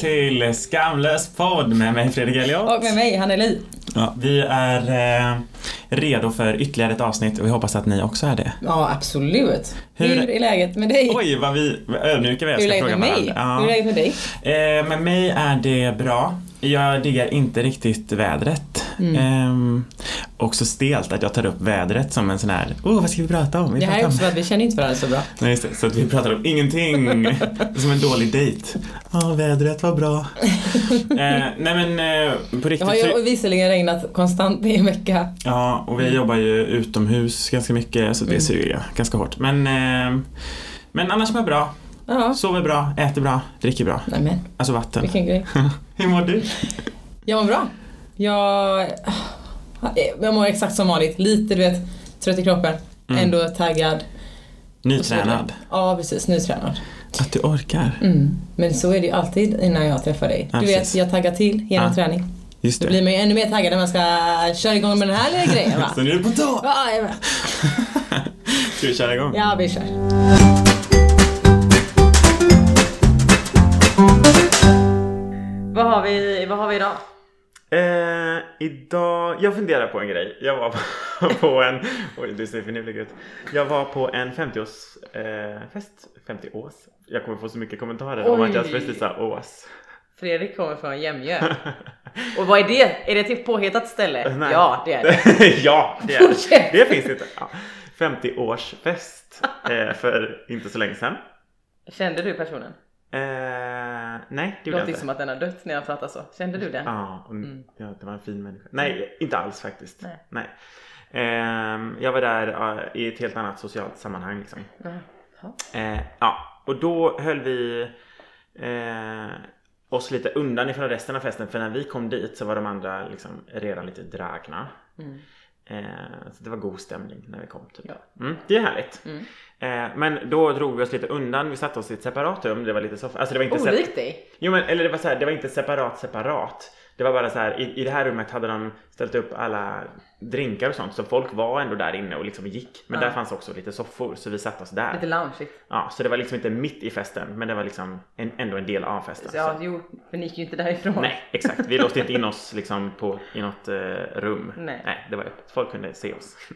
till Skamlös podd med mig Fredrik Elliot. Och med mig, Anneli. Ja, vi är eh, redo för ytterligare ett avsnitt och vi hoppas att ni också är det. Ja, absolut. Hur- Hur, är läget med dig? Oj, vad vi vad ödmjuka vi är. Hur ska är läget fråga med mig? varandra. Hur är läget med dig? Ja. Eh, med mig är det bra. Jag diggar inte riktigt vädret. Mm. Ehm, också stelt att jag tar upp vädret som en sån här, oh vad ska vi prata om? Vi Det här är pratar om... också för att vi känner inte varandra så bra. Nej, just det. Så att vi pratar om ingenting. som en dålig dejt. Ja, vädret var bra. eh, nej men eh, på Det riktigt. har så- ju visserligen regnat konstant i en vecka. Ja, och vi jobbar ju utomhus ganska mycket så det Mm. suger ju ganska hårt. Men, eh, men annars mår jag bra. Ja. Sover bra, äter bra, dricker bra. Nej men, Alltså vatten. vilken grej. Hur mår du? Jag mår bra. Jag, jag mår exakt som vanligt. Lite, du vet, trött i kroppen. Mm. Ändå taggad. Nytränad. Ja, precis. Nytränad. Att du orkar. Mm. Men så är det ju alltid innan jag träffar dig. Ja, Du precis. vet, jag taggar till genom Ja. träning. Just Då blir det. man ju ännu mer taggad när man ska köra igång med den här lilla grejen va? Så nu är du på tå! Ja, jag är med. Ska vi köra igång? Ja, vi kör. Vad har vi, vad har vi idag? Eh, idag, jag funderar på en grej. Jag var på, på en, oj du ser finurlig ut. Jag var på en 50-årsfest, eh, fest. 50-års. Jag kommer få så mycket kommentarer om Oj. att jag precis sa ås. Fredrik kommer från Jämjö. Och vad är det? Är det ett påhettat ställe? Nej. Ja, det är det. ja, det är det. Fortsätt. Det finns inte. Ja. 50-årsfest eh, för inte så länge sedan. Kände du personen? Eh, nej, det Det gjorde jag låter inte. som att den har dött när jag pratar så. Kände du det? Ja, och, Mm. ja, det var en fin människa. Nej, inte alls faktiskt. Nej. Ehm, jag var där ja, i ett helt annat socialt sammanhang. Liksom. Jaha. Eh, ja, och då höll vi eh, oss lite undan ifrån resten av festen för när vi kom dit så var de andra liksom, redan lite dragna. Mm. Eh, så det var god stämning när vi kom. Typ. Ja. Mm, det är härligt. Mm. Eh, men då drog vi oss lite undan. Vi satte oss i ett separat rum. Det var lite soffa. Alltså det var Oh, inte sep- Olikt dig. Jo men eller det var så här, det var inte separat separat. Det var bara så här, i, i det här rummet hade de ställt upp alla drinkar och sånt så folk var ändå där inne och liksom gick. Men Ja. där fanns också lite soffor så vi satte oss där. Lite loungeigt. Ja, så det var liksom inte mitt i festen men det var liksom en, ändå en del av festen. Så Ja, så. jo, för ni gick ju inte därifrån. Nej, exakt. Vi låste inte in oss liksom på, i något eh, rum. Nej. det var öppet. Folk kunde se oss.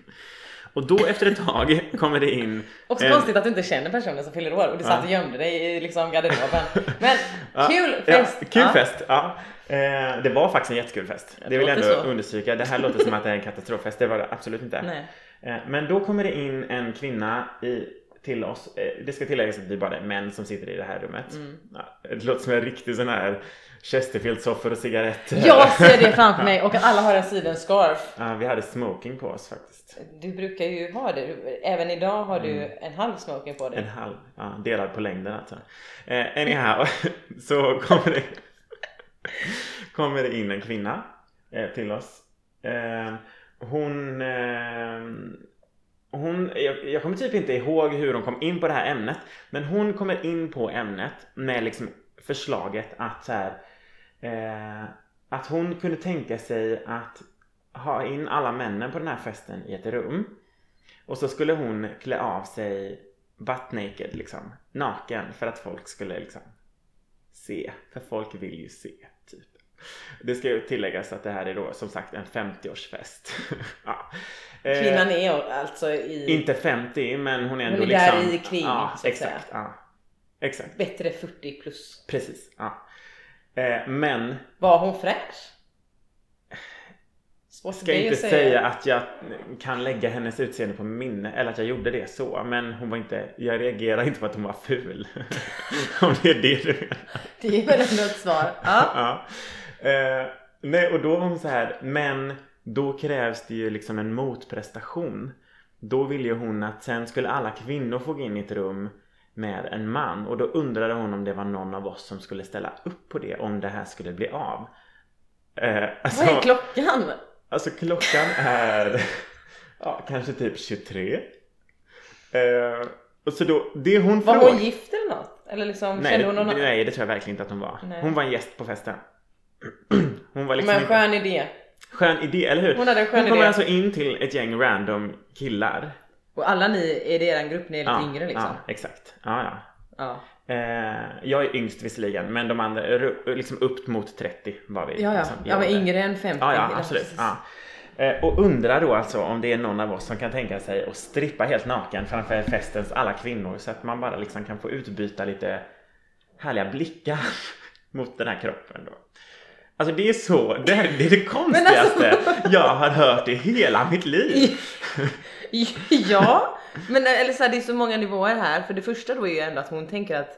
Och då efter ett tag kommer det in... Också en- konstigt att du inte känner personen som fyller år och du Eh. Ja. satt och gömde dig i liksom garderoben. Men Ja, kul fest! Ja, kul Ja. fest! Ja. Eh, det var faktiskt en jättekul fest. Det det vill jag ändå låter så. understryka. Det här låter som att det är en katastroffest. Det var det absolut inte. Nej. Eh, men då kommer det in en kvinna i, till oss. Eh, det ska tilläggas att vi bara är män som sitter i det här rummet. Mm. Ja, det låter som en riktig sån här Chesterfield-soffor och cigaretter. Jag ser det framför mig och alla har en sidenscarf. Ja, vi hade smoking på oss faktiskt. Du brukar ju ha det. Även idag har du Mm. en halv smoking på En dig. halv. Ja, delad på längden alltså. Eh, anyhow, så kommer det, kommer det in en kvinna eh, till oss. Eh, hon... Eh, hon jag, jag kommer typ inte ihåg hur hon kom in på det här ämnet. Men hon kommer in på ämnet med liksom förslaget att så här, eh, Att hon kunde tänka sig att ha in alla männen på den här festen i ett rum. Och så skulle hon klä av sig butt naked liksom. Naken för att folk skulle liksom se. För folk vill ju se. typ. Det ska ju tilläggas att det här är då som sagt en 50-årsfest. ja. Eh, Kvinnan är alltså i inte 50 men hon är ändå Men det där liksom... är kring, ja, så att exakt, ja. Exakt, bättre 40 plus. precis. Ja. Eh, men Var hon fräsch? Svårt för ska dig inte att säga. att jag kan lägga hennes utseende på minne eller att jag gjorde det så. Men hon var inte, jag reagerar inte på att hon var ful. Om det är det du menar. Det är väl ändå ett svar. Ja. Ja. Eh, nej, och då var hon så här, men då krävs det ju liksom en motprestation. Då ville ju hon att sen skulle alla kvinnor få gå in i ett rum med en man och då undrade hon om det var någon av oss som skulle ställa upp på det om det här skulle bli av. Eh, alltså, Vad är klockan? alltså klockan är ja, kanske typ 23. Eh, och så då, det hon Var frågar- hon gift eller något? Eller liksom, Nej kände det, hon någon nej, det tror jag verkligen inte att hon var. Nej. Hon var en gäst på festen. Hon var liksom Men skön... skön idé. skön idé, eller hur? Hon hade en skön kommer idé. alltså in till ett gäng random killar. Och alla ni, är det eran grupp? Ni är lite yngre liksom? Ja, exakt. Ja, ja. Ja. Eh, jag är yngst visserligen men de andra, ru- liksom upp mot 30 var vi. Ja, ja. liksom, ja men gällande. yngre än Alltså, 50. Ja, ja eller- absolut. precis. Ja. Eh, Och undrar då alltså om det är någon av oss som kan tänka sig att strippa helt naken framför festens alla kvinnor så att man bara liksom kan få utbyta lite härliga blickar mot den här kroppen då. Alltså det är så, det, här, det är det konstigaste alltså- jag har hört i hela mitt liv. ja, men eller så här, det är så många nivåer här. För det första då är ju ändå att hon tänker att...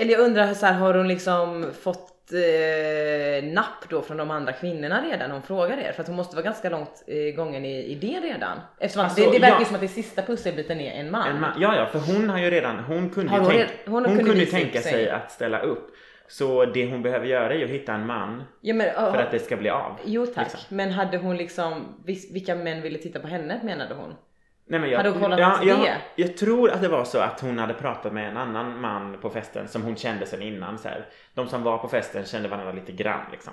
Eller jag undrar så här, har hon liksom fått eh, napp då från de andra kvinnorna redan? Hon frågar er. För att hon måste vara ganska långt eh, gången i, i det redan. Eftersom Alltså, att det, det verkar ja. ju som att det sista pusselbiten är en man. En man, ja, ja, för hon har ju redan, hon kunde Har ju hon tänka, red- hon hon kunde kunde ju visa upp tänka sig. sig att ställa upp. Så det hon behöver göra är ju att hitta en man Ja, men, för ja. att det ska bli av. Jo tack, liksom. men hade hon liksom, vis- vilka män ville titta på henne menade hon? Nej, men jag, Hade hon kollat ja, det? jag, jag tror att det var så att hon hade pratat med en annan man på festen som hon kände sen innan. Så här. De som var på festen kände varandra lite grann liksom.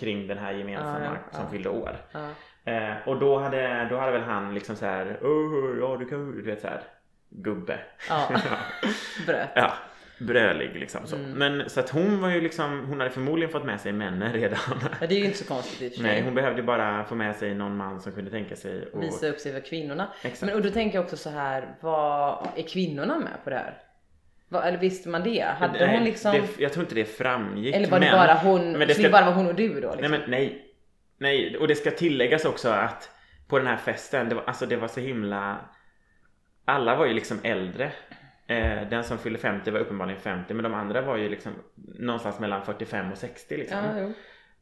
Kring den här gemensamma Ja, ja, som ja. fyllde år. Ja. Eh, och då hade, då hade väl han liksom så här, "Åh, ja du kan, du vet så här, gubbe. Ja. Bröt. ja, brölig liksom så. Mm. Men så att hon var ju liksom, hon hade förmodligen fått med sig männen redan. Ja, det är ju inte så konstigt i och för sig. Nej, hon behövde bara få med sig någon man som kunde tänka sig och, Visa upp sig för kvinnorna. Exakt. Men, Liksom. och då tänker jag också så här, vad är kvinnorna med på det här? Vad, eller visste man det? Hade Nej, hon liksom, det, jag tror inte det framgick. eller var det men, bara hon, men men det ska- det bara vara hon och du då? Liksom? Nej, men nej. Nej, och det ska tilläggas också att på den här festen, det var, alltså det var så himla... Alla var ju liksom äldre. Eh, den som fyllde 50 var uppenbarligen 50 men de andra var ju liksom någonstans mellan 45 och 60 liksom. ja, jo.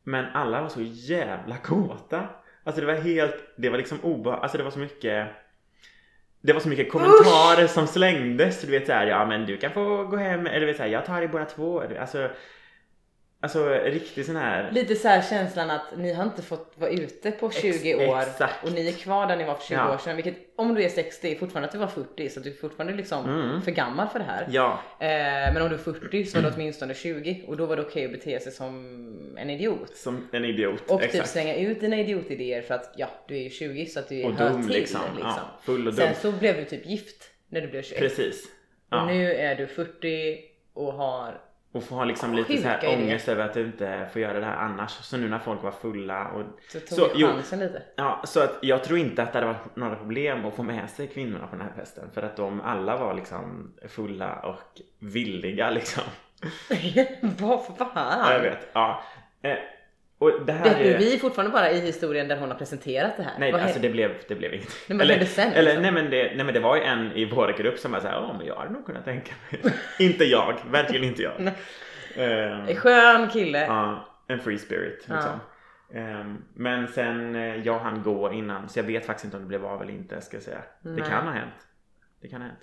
Men alla var så jävla kåta. Alltså det var helt, det var liksom obehagligt, alltså det var så mycket det var så mycket kommentarer som slängdes. Du vet såhär, ja men du kan få gå hem, eller du vet såhär, jag tar er båda två. Alltså, alltså riktigt sån här Lite så här känslan att ni har inte fått vara ute på 20 år exakt. och ni är kvar där ni var för 20 Ja. år sedan. Vilket om du är 60 är fortfarande att du var 40 så att du är fortfarande liksom Mm. för gammal för det här. Ja, Mm. Eh, men om du är 40 så var du åtminstone 20 och då var det okej att bete sig som en idiot. som en idiot. Och typ slänga ut dina idiotidéer för att ja, du är ju 20 så att du och hör dum till. liksom. Liksom. Ja, full och dum. Sen så blev du typ gift när du blev 21. Precis. Ja. Och nu är du 40 och har... Och få ha liksom lite Sjuka så här idéer. ångest över att du inte får göra det här annars. Så nu när folk var fulla och... Så tog Så, du jo. chansen lite. Ja, så att jag tror inte att det hade varit några problem att få med sig kvinnorna på den här festen. För att de alla var liksom fulla och villiga liksom. Vad Ja, jag fan? vet. Ja. Eh, och det här Det, är... vi är fortfarande bara i historien där hon har presenterat det här. Nej, Vad alltså hä- det blev, det blev inget. men vad hände sen, eller liksom? nej, men det, nej men det var ju en i vår grupp som var såhär, ja men jag hade nog kunnat tänka mig. inte jag, verkligen inte jag. Nej. Ehm, Skön kille. Ja, en free spirit Ja. liksom. Ehm, men sen, eh, jag hann gå innan så jag vet faktiskt inte om det blev av eller inte ska jag säga. Nej. Det kan ha hänt. Det kan ha hänt.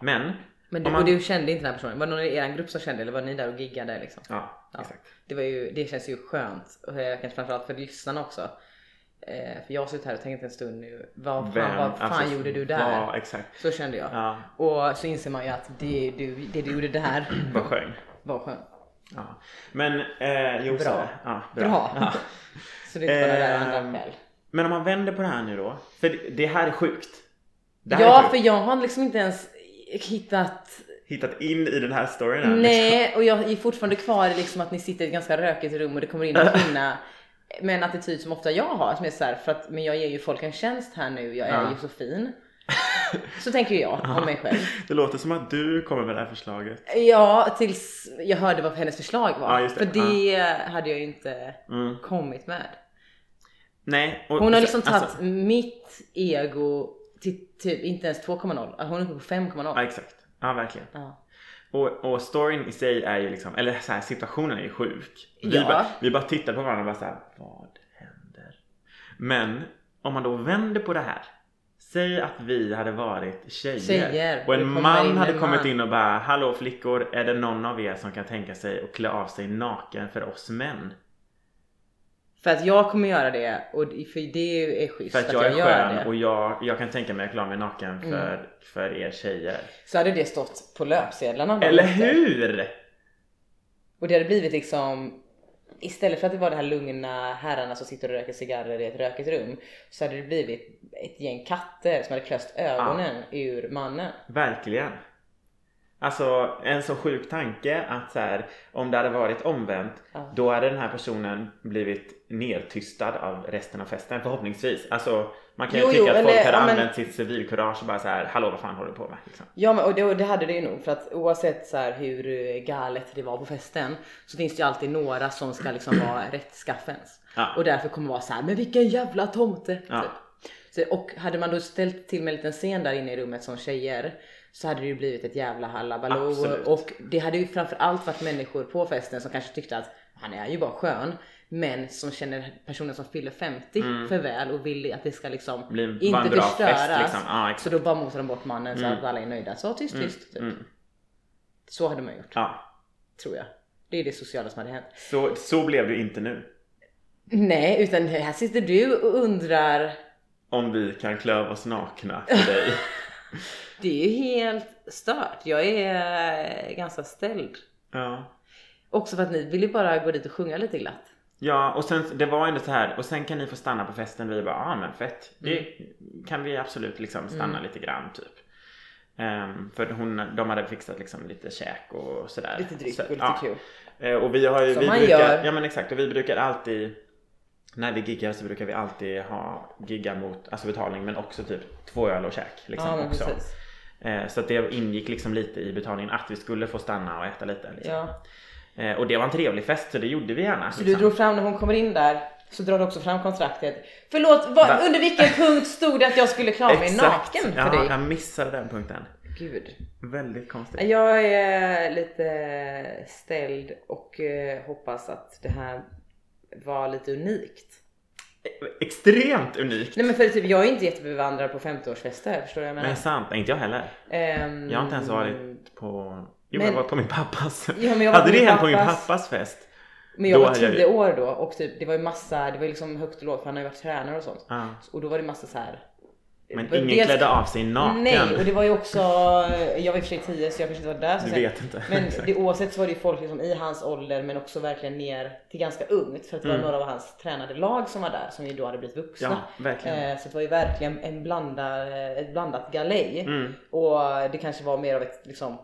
Men, Men om du, man- och du kände inte den här personen? Var det någon i er grupp som kände eller var ni där och giggade liksom? ja, Ja. exakt. Det, var ju, det känns ju skönt. Och eh, kanske framförallt för lyssnarna också. Eh, för jag har suttit här och tänkt en stund nu. Vad fan, vad fan alltså, gjorde du där? Ja, exakt. Så kände jag. Ja, Och så inser man ju att det du, det du gjorde där vad skönt. var skönt. Ja. Men, eh, jo, Bra. så- Ja, bra. Bra. Ja. Så det är inte bara det Ehm, där andra skäl. Men om man vänder på det här nu då. För det- det här är sjukt. Det här är Ja, sjukt. för jag har liksom inte ens hittat... Hittat in i den här storyn här, liksom. Nej, och jag är fortfarande kvar i liksom att ni sitter i ett ganska rökigt rum och det kommer in en kvinna med en attityd som ofta jag har som är så här, för att men jag ger ju folk en tjänst här nu, jag är Ja. ju så fin. Så tänker ju jag om mig själv. Det låter som att du kommer med det här förslaget. Ja, tills jag hörde vad hennes förslag var. Ja, just det. För det hade jag ju inte Mm. kommit med. Nej. och- Hon har liksom tagit Alltså, mitt ego till typ inte ens 2,0. Hon är uppe på 5,0. ja exakt. Ja verkligen. Ja. Och, och storyn i sig är ju liksom, eller så här, situationen är ju sjuk. Vi, Ja. bara, vi bara tittar på varandra och bara så här, vad händer? Men om man då vänder på det här. Säg att vi hade varit tjejer, Tjejer, och det en kommer man in hade en kommit man. in och bara Hallå flickor, är det någon av er som kan tänka sig att klä av sig naken för oss män? För att jag kommer göra det och för det är schysst För att, jag, är gör skön det. Mm. och jag, jag kan tänka mig att klä av mig naken för, för er tjejer. Så hade det stått på löpsedlarna. då. Eller hur? Och det hade blivit liksom Istället för att det var de här lugna herrarna som sitter och röker cigarrer i ett rökigt rum så hade det blivit Ah. ett gäng katter som hade klöst ögonen ur mannen. Verkligen. Alltså en så sjuk tanke att så här, om det hade varit omvänt Ja. då hade den här personen blivit nedtystad av resten av festen förhoppningsvis. Alltså man kan ju Jo, tycka jo, att folk eller- hade ja, men- använt sitt civilkurage och bara så här, hallå vad fan håller du på med? Liksom. Ja men och det, och det hade det ju nog för att oavsett så här hur eh, galet det var på festen så finns det ju alltid några som ska liksom vara rättskaffens Ja. och därför kommer vara så här men vilken jävla tomte Ja. typ. så, och hade man då ställt till med en liten scen där inne i rummet som tjejer så hade det ju blivit ett jävla hallabaloo Absolut. och det hade ju framförallt varit människor på festen som kanske tyckte att han är ju bara skön men som känner personen som fyller 50 för väl och vill att det ska liksom Mm. Bli en inte vandra av fest, förstöras liksom. Ja, exakt. så då bara motar de bort mannen så att alla är nöjda. Så tyst, tyst. Typ. Mm. Så hade man gjort, Ja. tror jag. Det är det sociala som hade hänt. Så, så blev det ju inte nu. Nej, utan här sitter du och undrar. Om vi kan klöva oss nakna för dig. Det är ju helt stört. Jag är eh, ganska ställd. ja. Också för att ni ville bara gå dit och sjunga lite glatt. Ja, och sen det var ändå så här och sen kan ni få stanna på festen. Vi bara, ah men fett. Det Mm. kan vi absolut liksom stanna lite grann typ. Ehm, för hon, de hade fixat liksom lite käk och sådär. Lite dryck Så- och lite ja. kul. Eh, Och vi har ju, Som vi man brukar, gör. ja men exakt och vi brukar alltid när vi giggar så brukar vi alltid ha gigga mot, alltså betalning men också typ två öl och käk liksom ja, men också. precis. Eh, Så att det ingick liksom lite i betalningen att vi skulle få stanna och äta lite. Liksom. Ja. Eh, Och det var en trevlig fest så det gjorde vi gärna. Så du liksom. drog fram, när hon kommer in där, så drar du också fram kontraktet. Förlåt, vad, Va? under vilken punkt stod det att jag skulle klara mig naken för ja, dig? jag missade den punkten. Gud. Väldigt konstigt. Jag är lite ställd och eh, hoppas att det här var lite unikt. Extremt unikt. Nej men för typ, jag är inte jättebevandrad på 50-årsfester, förstår du vad jag Men menar? sant, nej, inte jag heller. Ehm, Jag har inte ens varit på... Jo, Men- jag var på min pappas. Ja, men jag var Hade på det min hänt på min pappas- pappas fest? Men jag då var hade jag ju- 10 år då och typ, det var ju massa, det var ju liksom högt och lågt för han har ju varit tränare och sånt. Ja. Och då var det massa så här. Men Dels- ingen klädde av sig naken. Nej och det var ju också, jag var i och för sig 10 så jag kanske inte var där så Du att säga. vet inte. Men Exakt. det, oavsett så var det ju folk liksom i hans ålder men också verkligen ner till ganska ungt för att det var Mm. några av hans tränade lag som var där som ju då hade blivit vuxna. Ja, verkligen. Eh, Så det var ju verkligen en blanda, ett blandat galej. Mm. Och det kanske var mer av ett liksom,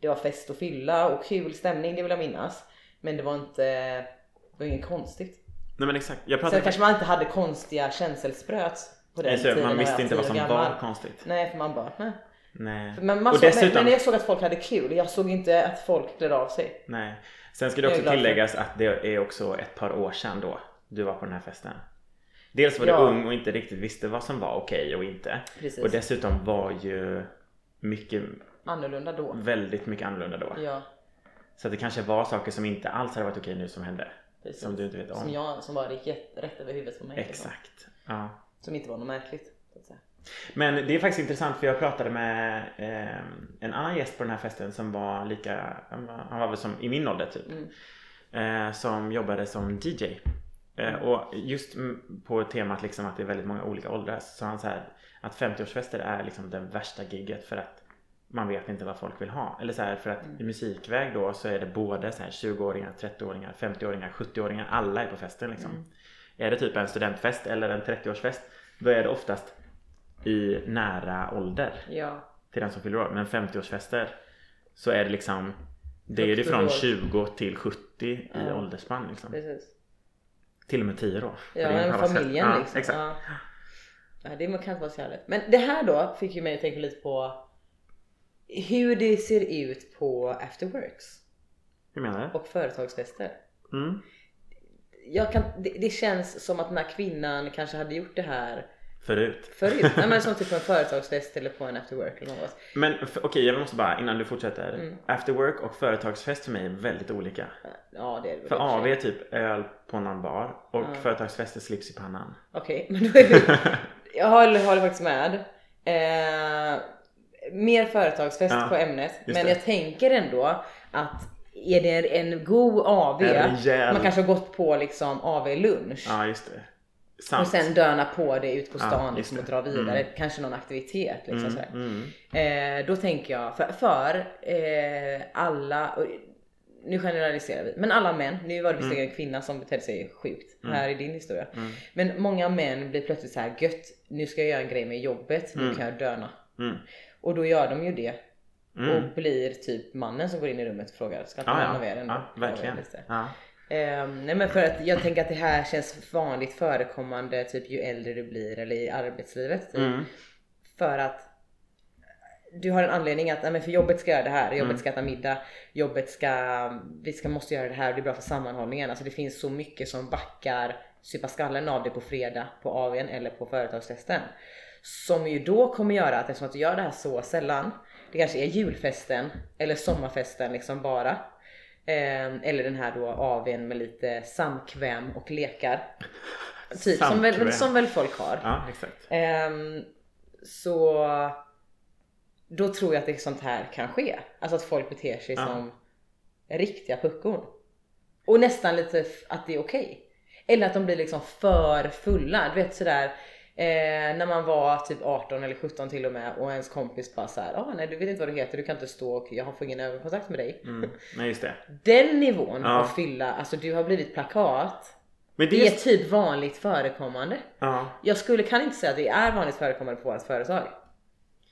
det var fest och fylla och kul stämning, det vill jag minnas. Men det var inte, det var inget konstigt. Nej men exakt. Jag Sen pratade kanske man inte hade konstiga känselspröt på den Nej, så man tiden. när jag visste inte tio vad som gammal. var konstigt. Nej, för man bara, nej. Nej. Men, man och såg, dessutom, men, men jag såg att folk hade kul, jag såg inte att folk klädde av sig. nej. Sen ska det Jag är också glad för. tilläggas att det är också ett par år sedan då du var på den här festen. Dels var Ja. du ung och inte riktigt visste vad som var okej och inte. Precis. Och dessutom var ju mycket, Annorlunda Mm. då. väldigt mycket annorlunda då. Ja, Så att det kanske var saker som inte alls hade varit okej nu som hände. precis. Som du inte vet om. Som jag, som var rätt, rätt över huvudet på mig. liksom. Exakt. Ja. Som inte var något märkligt. Så att säga. Men det är faktiskt intressant för jag pratade med eh, en annan gäst på den här festen som var lika, han var- han var väl som i min ålder typ. Mm. Eh, som jobbade som DJ. Eh, och just mm, på temat liksom att det är väldigt många olika åldrar så sa han så här att 50-årsfester är liksom det värsta gigget för att man vet inte vad folk vill ha. Eller så här för att i musikväg då så är det både så här 20-åringar, 30-åringar, 50-åringar, 70-åringar. Alla är på festen liksom. Är det typ en studentfest eller en 30-årsfest då är det oftast i nära ålder Ja, till den som fyller år. Men 50-årsfester så är det liksom det är det 70 från år. 20 till 70 i Ja. åldersspann liksom. precis. Till och med 10 år. För Ja, det är men halva familjen ja, liksom. Exakt. Ja. Ja, det kan inte vara så jävla lätt. Men det här då fick ju mig att tänka lite på hur det ser ut på after works Hur menar och företagsfester. du? Mm. Jag kan, det, det känns som att den här kvinnan kanske hade gjort det här Förut. förut. Nej, men som typ på en företagsfest eller på en after work eller något. Men f- okej, jag måste bara innan du fortsätter. Mm. After work och företagsfest för mig är väldigt olika. Ja, det är det väl För i och AV sig. är typ öl på någon bar och Ja. företagsfest är slips i pannan. Okej, men då är vi... Jag håller, håller faktiskt med. Eh, mer företagsfest Ja, på ämnet. just Men det. jag tänker ändå att är det en god AV En rejäl- man kanske har gått på liksom AV-lunch. Ja, just det. Och Sant. sen döna på det ut på Ja, stan just liksom, och det. dra vidare. Mm. Kanske någon aktivitet. Liksom, mm, sådär. mm. Eh, då tänker jag för, för eh, alla, och nu generaliserar vi, men alla män. Nu var det visserligen en kvinna som betedde sig sjukt här i din historia. Mm. Men många män blir plötsligt så här gött, nu ska jag göra en grej med jobbet, nu Mm. kan jag döna. Mm. Och då gör de ju det Mm. och blir typ mannen som går in i rummet och frågar ska inte Ja, man ja. renovera den? ja, verkligen. Lite. Ja. Ehm, nej men för att jag tänker att det här känns vanligt förekommande typ ju äldre du blir eller i arbetslivet. Typ. Mm. För att du har en anledning att, nej men för jobbet ska göra det här, jobbet Mm. ska äta middag, jobbet ska, vi ska måste göra det här och det är bra för sammanhållningen. Alltså det finns så mycket som backar supa skallen av det på fredag på AWn eller på företagstesten. Som ju då kommer göra att eftersom att du gör det här så sällan, det kanske är julfesten eller sommarfesten liksom bara. Ehm, eller den här då AWn med lite samkväm och lekar. Typ, som väl, Samkväm. som väl folk har. ja, exakt. Ehm, så då tror jag att det sånt här kan ske. Alltså att folk beter sig Ja. som riktiga puckon. Och nästan lite f- att det är okej. Eller att de blir liksom för fulla. Du vet sådär eh, när man var typ 18 eller 17 till och med och ens kompis bara såhär, ah, nej du vet inte vad du heter, du kan inte stå och jag får ingen ögonkontakt med dig. Mm. Nej, just det. Den nivån Ja. av fylla, alltså du har blivit plakat. Men det Det är... är typ vanligt förekommande. Ja. Jag skulle, kan inte säga att det är vanligt förekommande på vårt företag.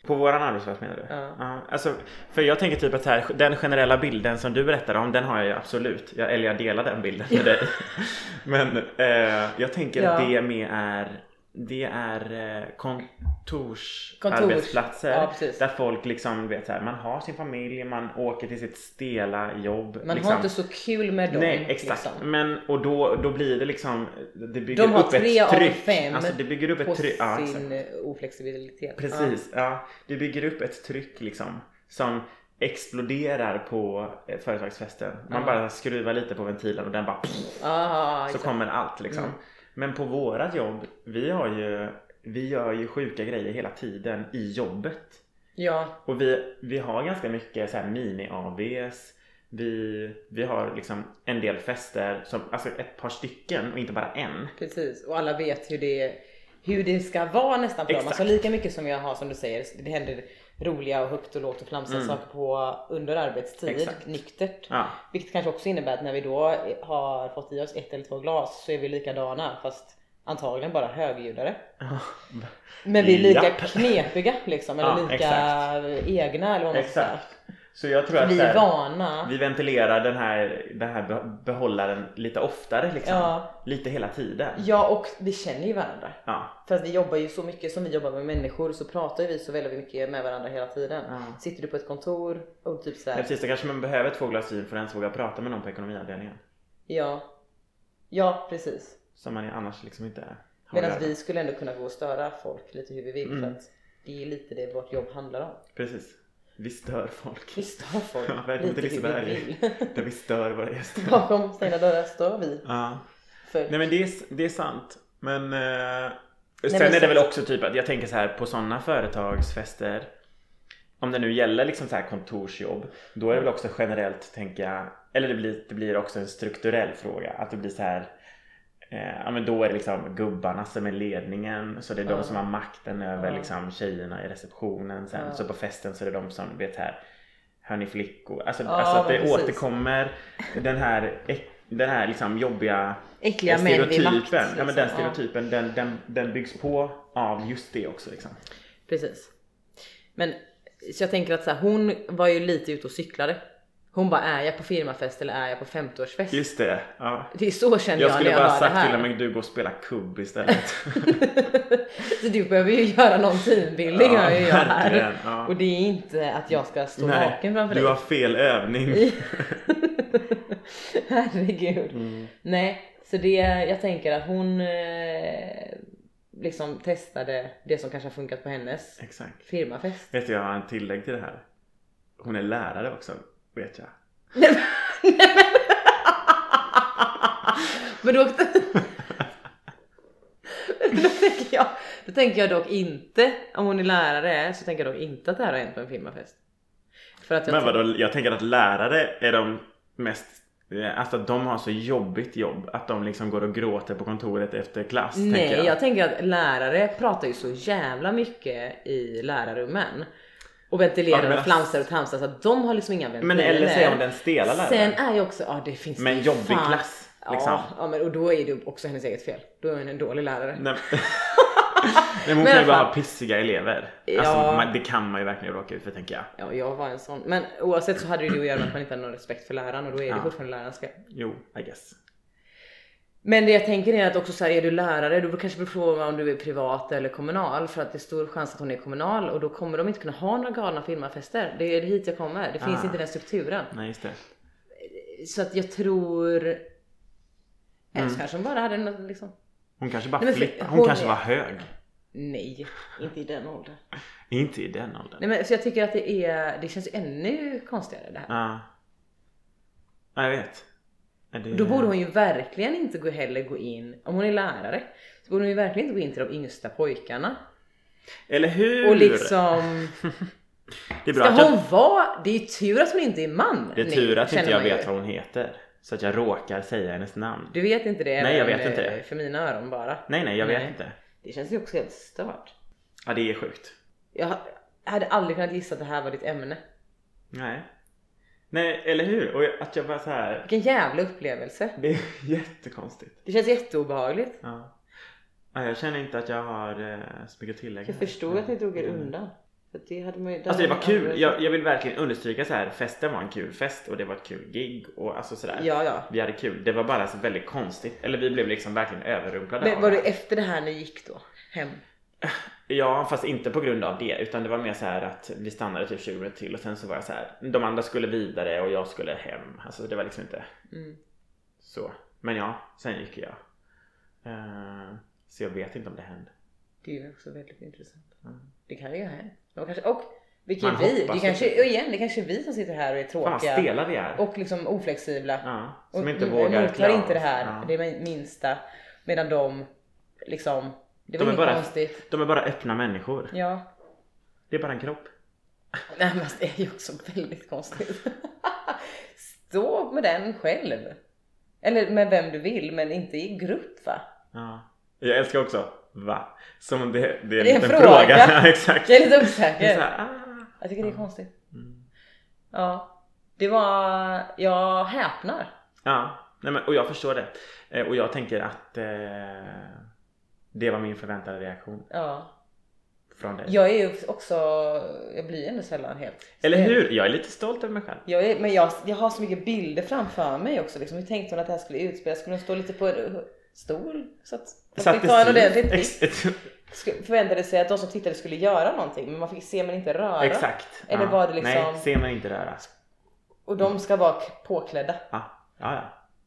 På våran arbetsplats menar du? Ja. alltså, för jag tänker typ att så här, den generella bilden som du berättar om, den har jag ju absolut. Jag, eller jag delar den bilden med dig. Men eh, jag tänker att Ja. det med är, det är eh, kontors, Kontors. arbetsplatser Ja, precis. där folk liksom vet så här, man har sin familj, man åker till sitt stela jobb. Man liksom. har inte så kul med dem. Nej exakt, Liksom. men och då, då blir det liksom Det bygger De har upp tre ett av tryck fem Alltså det bygger upp På ett tryck Ja, exakt. sin eh, oflexibilitet. Precis, ja. Du bygger upp ett tryck liksom som exploderar på eh, företagsfesten. Man Ja. bara skruvar lite på ventilen och den bara pff, Ja, ah, så exakt. kommer allt liksom. Mm. Men på vårat jobb, vi har ju, vi gör ju sjuka grejer hela tiden i jobbet. Ja, Och vi, vi har ganska mycket så här mini-AVs. Vi, vi har liksom en del fester, som, alltså ett par stycken och inte bara en. precis. Och alla vet hur det, hur det ska vara nästan på dem. Exakt. Alltså lika mycket som jag har som du säger, det händer roliga och högt och lågt och flamsiga Mm. saker på under arbetstid, Exakt. nyktert. Ja, Vilket kanske också innebär att när vi då har fått i oss ett eller två glas så är vi likadana fast antagligen bara högljuddare. Men vi är lika Japp. knepiga liksom, eller Ja, lika exakt. egna eller vad man ska säga. exakt. Så jag tror att Vi så är här- vana. Vi ventilerar den här, den här be- behållaren lite oftare liksom. Ja. Lite hela tiden. Ja och vi känner ju varandra. Ja. För att vi jobbar ju så mycket som vi jobbar med människor så pratar ju vi så väldigt mycket med varandra hela tiden. Ja. Sitter du på ett kontor och typ Ja, såhär, precis, då kanske man behöver två glas vin för att ens våga prata med någon på ekonomiavdelningen. ja. Ja precis. Som man annars liksom inte har att Medan göra. vi skulle ändå kunna gå och störa folk lite hur vi vill Mm. för att det är lite det vårt jobb handlar om. Precis. Vi stör folk. Vi stör folk Ja, välkommen till lite hur vi Liseberg. vill. Där vi stör våra gäster. Bakom stängda dörrar stör vi. Ja. För Nej men det är, s- det är sant. Men... Eh, sen men är det så- väl också typ att jag tänker så här på sådana företagsfester. Om det nu gäller liksom så här kontorsjobb. Då är det väl också generellt tänka. Eller det blir, det blir också en strukturell fråga. Att det blir så här. Eh, ja men då är det liksom gubbarna som är ledningen. Så det är Ja. de som har makten över Ja. liksom tjejerna i receptionen. Sen Ja. så på festen så är det de som vet här. Hör ni flickor? Alltså, Ja, alltså att det men precis. återkommer den här, äck- den här liksom jobbiga äckliga män vid makt. Stereotypen, ja, men den liksom. Ja. stereotypen den, den, den byggs på av just det också liksom. Precis. Men så jag tänker att så här, hon var ju lite ute och cyklade. Hon bara, är jag på firmafest eller är jag på 50-årsfest? Just det. Ja. Det är så känner jag, Jag skulle när jag bara hör det sagt här. till henne, men du går och spelar kubb istället. så du behöver ju göra någon teambuilding Ja, hör ju jag här. verkligen, ja. Och det är inte att jag ska stå naken framför du dig. har fel övning. Herregud. Mm. Nej, så det, jag tänker att hon eh, liksom testade det som kanske har funkat på hennes Exakt. firmafest. Vet du, jag har en tillägg till det här. Hon är lärare också, vet jag. Men då, då, tänker jag, då tänker jag dock inte, om hon är lärare, så tänker jag dock inte att det här har hänt på en firmafest. För att jag Men vadå, jag tänker att lärare är de mest eh, Alltså att de har så jobbigt jobb att de liksom går och gråter på kontoret efter klass. Nej, tänker jag. tänker att lärare pratar ju så jävla mycket i lärarrummen. Och Ja, ventilerar men och flamsar och tramsar så att de har liksom inga ventiler. Men eller säger om den stela läraren. Sen är ju också, ja det finns Men det jobbig fan. klass, liksom. Ja, ja men, och då är det också hennes eget fel. Då är hon en dålig lärare. Nej. Men hon Men i kan ju alla bara fall. ha pissiga elever. Ja. Alltså, man, det kan man ju verkligen råka ut för tänker jag. Ja, jag var en sån. Men oavsett så hade det ju att göra med att man inte hade någon respekt för läraren och då är det Ja. fortfarande lärarens fel. Jo, I guess. Men det jag tänker är att också så här, är du lärare då kanske du frågar om du är privat eller kommunal för att det är stor chans att hon är kommunal och då kommer de inte kunna ha några galna firmafester. Det är hit jag kommer. Det finns Ah. inte den strukturen. Nej, just det. Så att jag tror... Eller Mm. så kanske de bara hade något liksom... Hon kanske bara Nej, men för- flippade. Hon, hon kanske är- var hög. Nej, inte i den åldern. Inte i den åldern. Nej men så jag tycker att det är, det känns ju ännu konstigare det här. Ja. Ja, jag vet. Ja, det- Då borde hon ju verkligen inte gå heller gå in, om hon är lärare, så borde hon ju verkligen inte gå in till de yngsta pojkarna. Eller hur? Och liksom, det är bra ska att jag... hon vara, det är ju tur att hon inte är man. Det är nu, tur att inte känner jag man ju. vet vad hon heter. Så att jag råkar säga hennes namn. Du vet inte det? Nej, jag även, vet inte eh, det. För mina öron bara. Nej, nej, jag vet Nej. inte. Det känns ju också helt stört. Ja, det är sjukt. Jag ha- hade aldrig kunnat gissa att det här var ditt ämne. Nej. Nej, eller hur? Och jag- att jag bara så här. Vilken jävla upplevelse. Det är jättekonstigt. Det känns jätteobehagligt. Ja. Ja, jag känner inte att jag har eh, så mycket tillägg. Jag här. förstod att ni drog er Mm. undan. För att det hade man ju, Alltså det var kul. Jag, jag vill verkligen understryka så här. Festen var en kul fest och det var ett kul gig och alltså sådär. Ja, ja. Vi hade kul. Det var bara så väldigt konstigt. Eller vi blev liksom verkligen överrumplade. Men av var det det efter det här ni gick då? Hem? Ja, fast inte på grund av det. Utan det var mer så här att vi stannade typ 20 minuter till och sen så var jag så här. De andra skulle vidare och jag skulle hem. Alltså det var liksom inte Mm. så. Men ja, sen gick jag. Eh, så jag vet inte om det hände. Det är ju också väldigt intressant. Mm. Det kan ju ha hänt. Och, kanske, och vilka är Man vi? hoppas Det kanske, inte. och igen, det kanske är vi som sitter här och är Fan vad tråkiga stela vi är. och liksom oflexibla. ja, och som inte vi- vågar mottar klä inte det oss. här, Ja. det är min- minsta. Medan de liksom, De det var är inget bara- konstigt. De är bara öppna människor. Ja. Det är bara en kropp. Nej men det är ju också väldigt konstigt. Stå med den själv. Eller med vem du vill men inte i grupp va? Ja. Jag älskar också va? Som om det, det är en, en liten fråga. fråga. Ja, exakt. Jag är lite Det är så osäker. här, ah. Jag tycker det är Ja. konstigt. Mm. Ja. Det var, jag häpnar. Ja, nej men, och jag förstår det. Eh, och jag tänker att eh, det var min förväntade reaktion Ja. från dig. Jag är ju också, jag blir ändå sällan helt Eller hur? Jag är lite stolt över mig själv. Jag är, men jag, jag har så mycket bilder framför mig också. Liksom. Hur tänkte hon att det här skulle utspelas? Skulle hon stå lite på en stol? Så att Så man att fick det ta en syns. ordentlig titt. Ex- ex- Sk- Förväntade sig att de som tittade skulle göra någonting men man fick se men inte röra. Exakt. Eller Ja. var det liksom- Nej, ser man inte röra. Och de ska vara k- påklädda. Ja, ja, ja.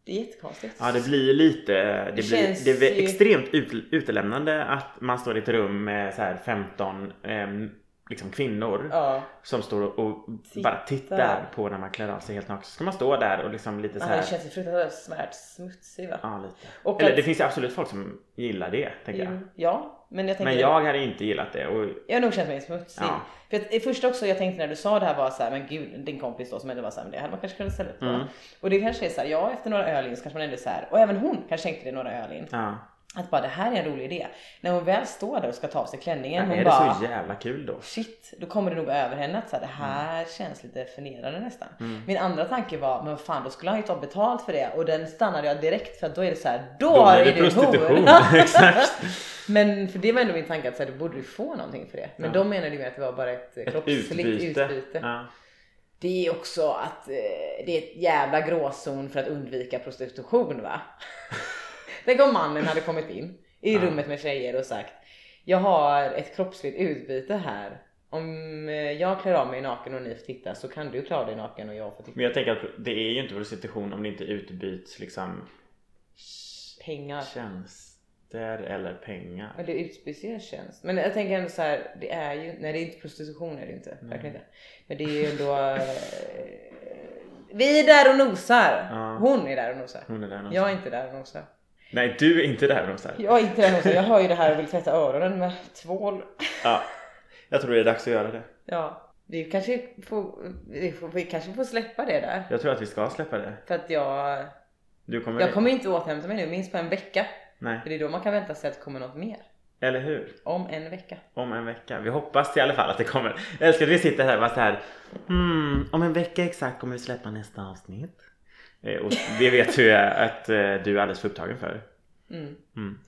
Det är jättekonstigt. Ja det blir lite, eh, det, känns blir, det är ju- extremt ut, utelämnande att man står i ett rum med så här 15 ehm, liksom kvinnor Ja. som står och, och Tittar. bara tittar på när man klär av sig helt naken. Så ska man stå där och liksom lite så Ja, här. det känns ju fruktansvärt smutsigt va? Ja, lite. Och Eller att- det finns ju absolut folk som gillar det tänker jag. Jo, Ja, men jag tänker... Men jag hade inte gillat det. Och, Jag har nog känt mig smutsig. Ja. För att det första också jag tänkte när du sa det här var så här, men gud din kompis då som ändå var så här, men det hade man kanske kunnat ställa upp på. Mm. Och det kanske är så här, ja efter några öl in så kanske man ändå så här, och även hon kanske tänkte det några öl in. ja. Att bara det här är en rolig idé. När hon väl står där och ska ta av sig klänningen, Men hon är det bara så jävla kul då? "Oh, shit, då kommer det nog över henne att så här, det här känns lite förnedrande nästan. Mm. Min andra tanke var, men vad fan då skulle han ju ta betalt för det och den stannade jag direkt för att då är det så här, då, Då är är det du hora. prostitution. Exakt. Men för det var ändå min tanke att så här, du borde ju få någonting för det. Men Ja. de menade ju mer att det var bara ett, eh, Ett kroppsligt utbyte. utbyte. Ja. Det är också att eh, det är ett jävla gråzon för att undvika prostitution va? Tänk om mannen hade kommit in i Ja. rummet med tjejer och sagt Jag har ett kroppsligt utbyte här. Om eh, jag klär av mig naken och ni får titta så kan du klä av dig naken och jag får titta. Men jag tänker att det är ju inte prostitution om det inte utbyts liksom Pengar. tjänster eller pengar. Eller utbyts ju en tjänst. Men jag tänker ändå så här, det är ju, nej det är inte prostitution är det ju inte. Verkligen inte. Men det är ju ändå... eh, vi är där och nosar. Ja. Hon är där och nosar. Hon är där någonstans. Jag är inte där och nosar. Nej, du är inte där någonstans. Jag är inte den också. Jag hör ju det här och vill tvätta öronen med tvål. Ja. Jag tror det är dags att göra det. Ja, vi kanske får, vi får, vi kanske får släppa det där. Jag tror att vi ska släppa det. För att jag, Du kommer... jag kommer inte återhämta mig nu minst på en vecka. För Nej, det är då man kan vänta sig att det kommer något mer. eller hur? Om en vecka. Om en vecka. Vi hoppas i alla fall att det kommer. Jag älskar att vi sitter här och bara så här. Hmm, om en vecka exakt kommer vi släppa nästa avsnitt. Eh, och det vet ju jag att eh, du är alldeles för upptagen för. Mm. Mm.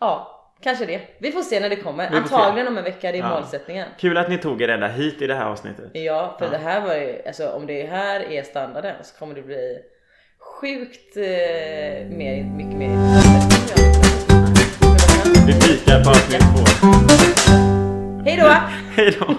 Ja, kanske det. Vi får se när det kommer. Vi får se. Antagligen om en vecka, det är Ja. målsättningen. Kul att ni tog er ända hit i det här avsnittet. Ja, för Ja. det här var ju, alltså om det här är standarden så kommer det bli sjukt eh, mer, mycket mer intressant. Vi fikar på avsnitt två. Hej då! Hej då!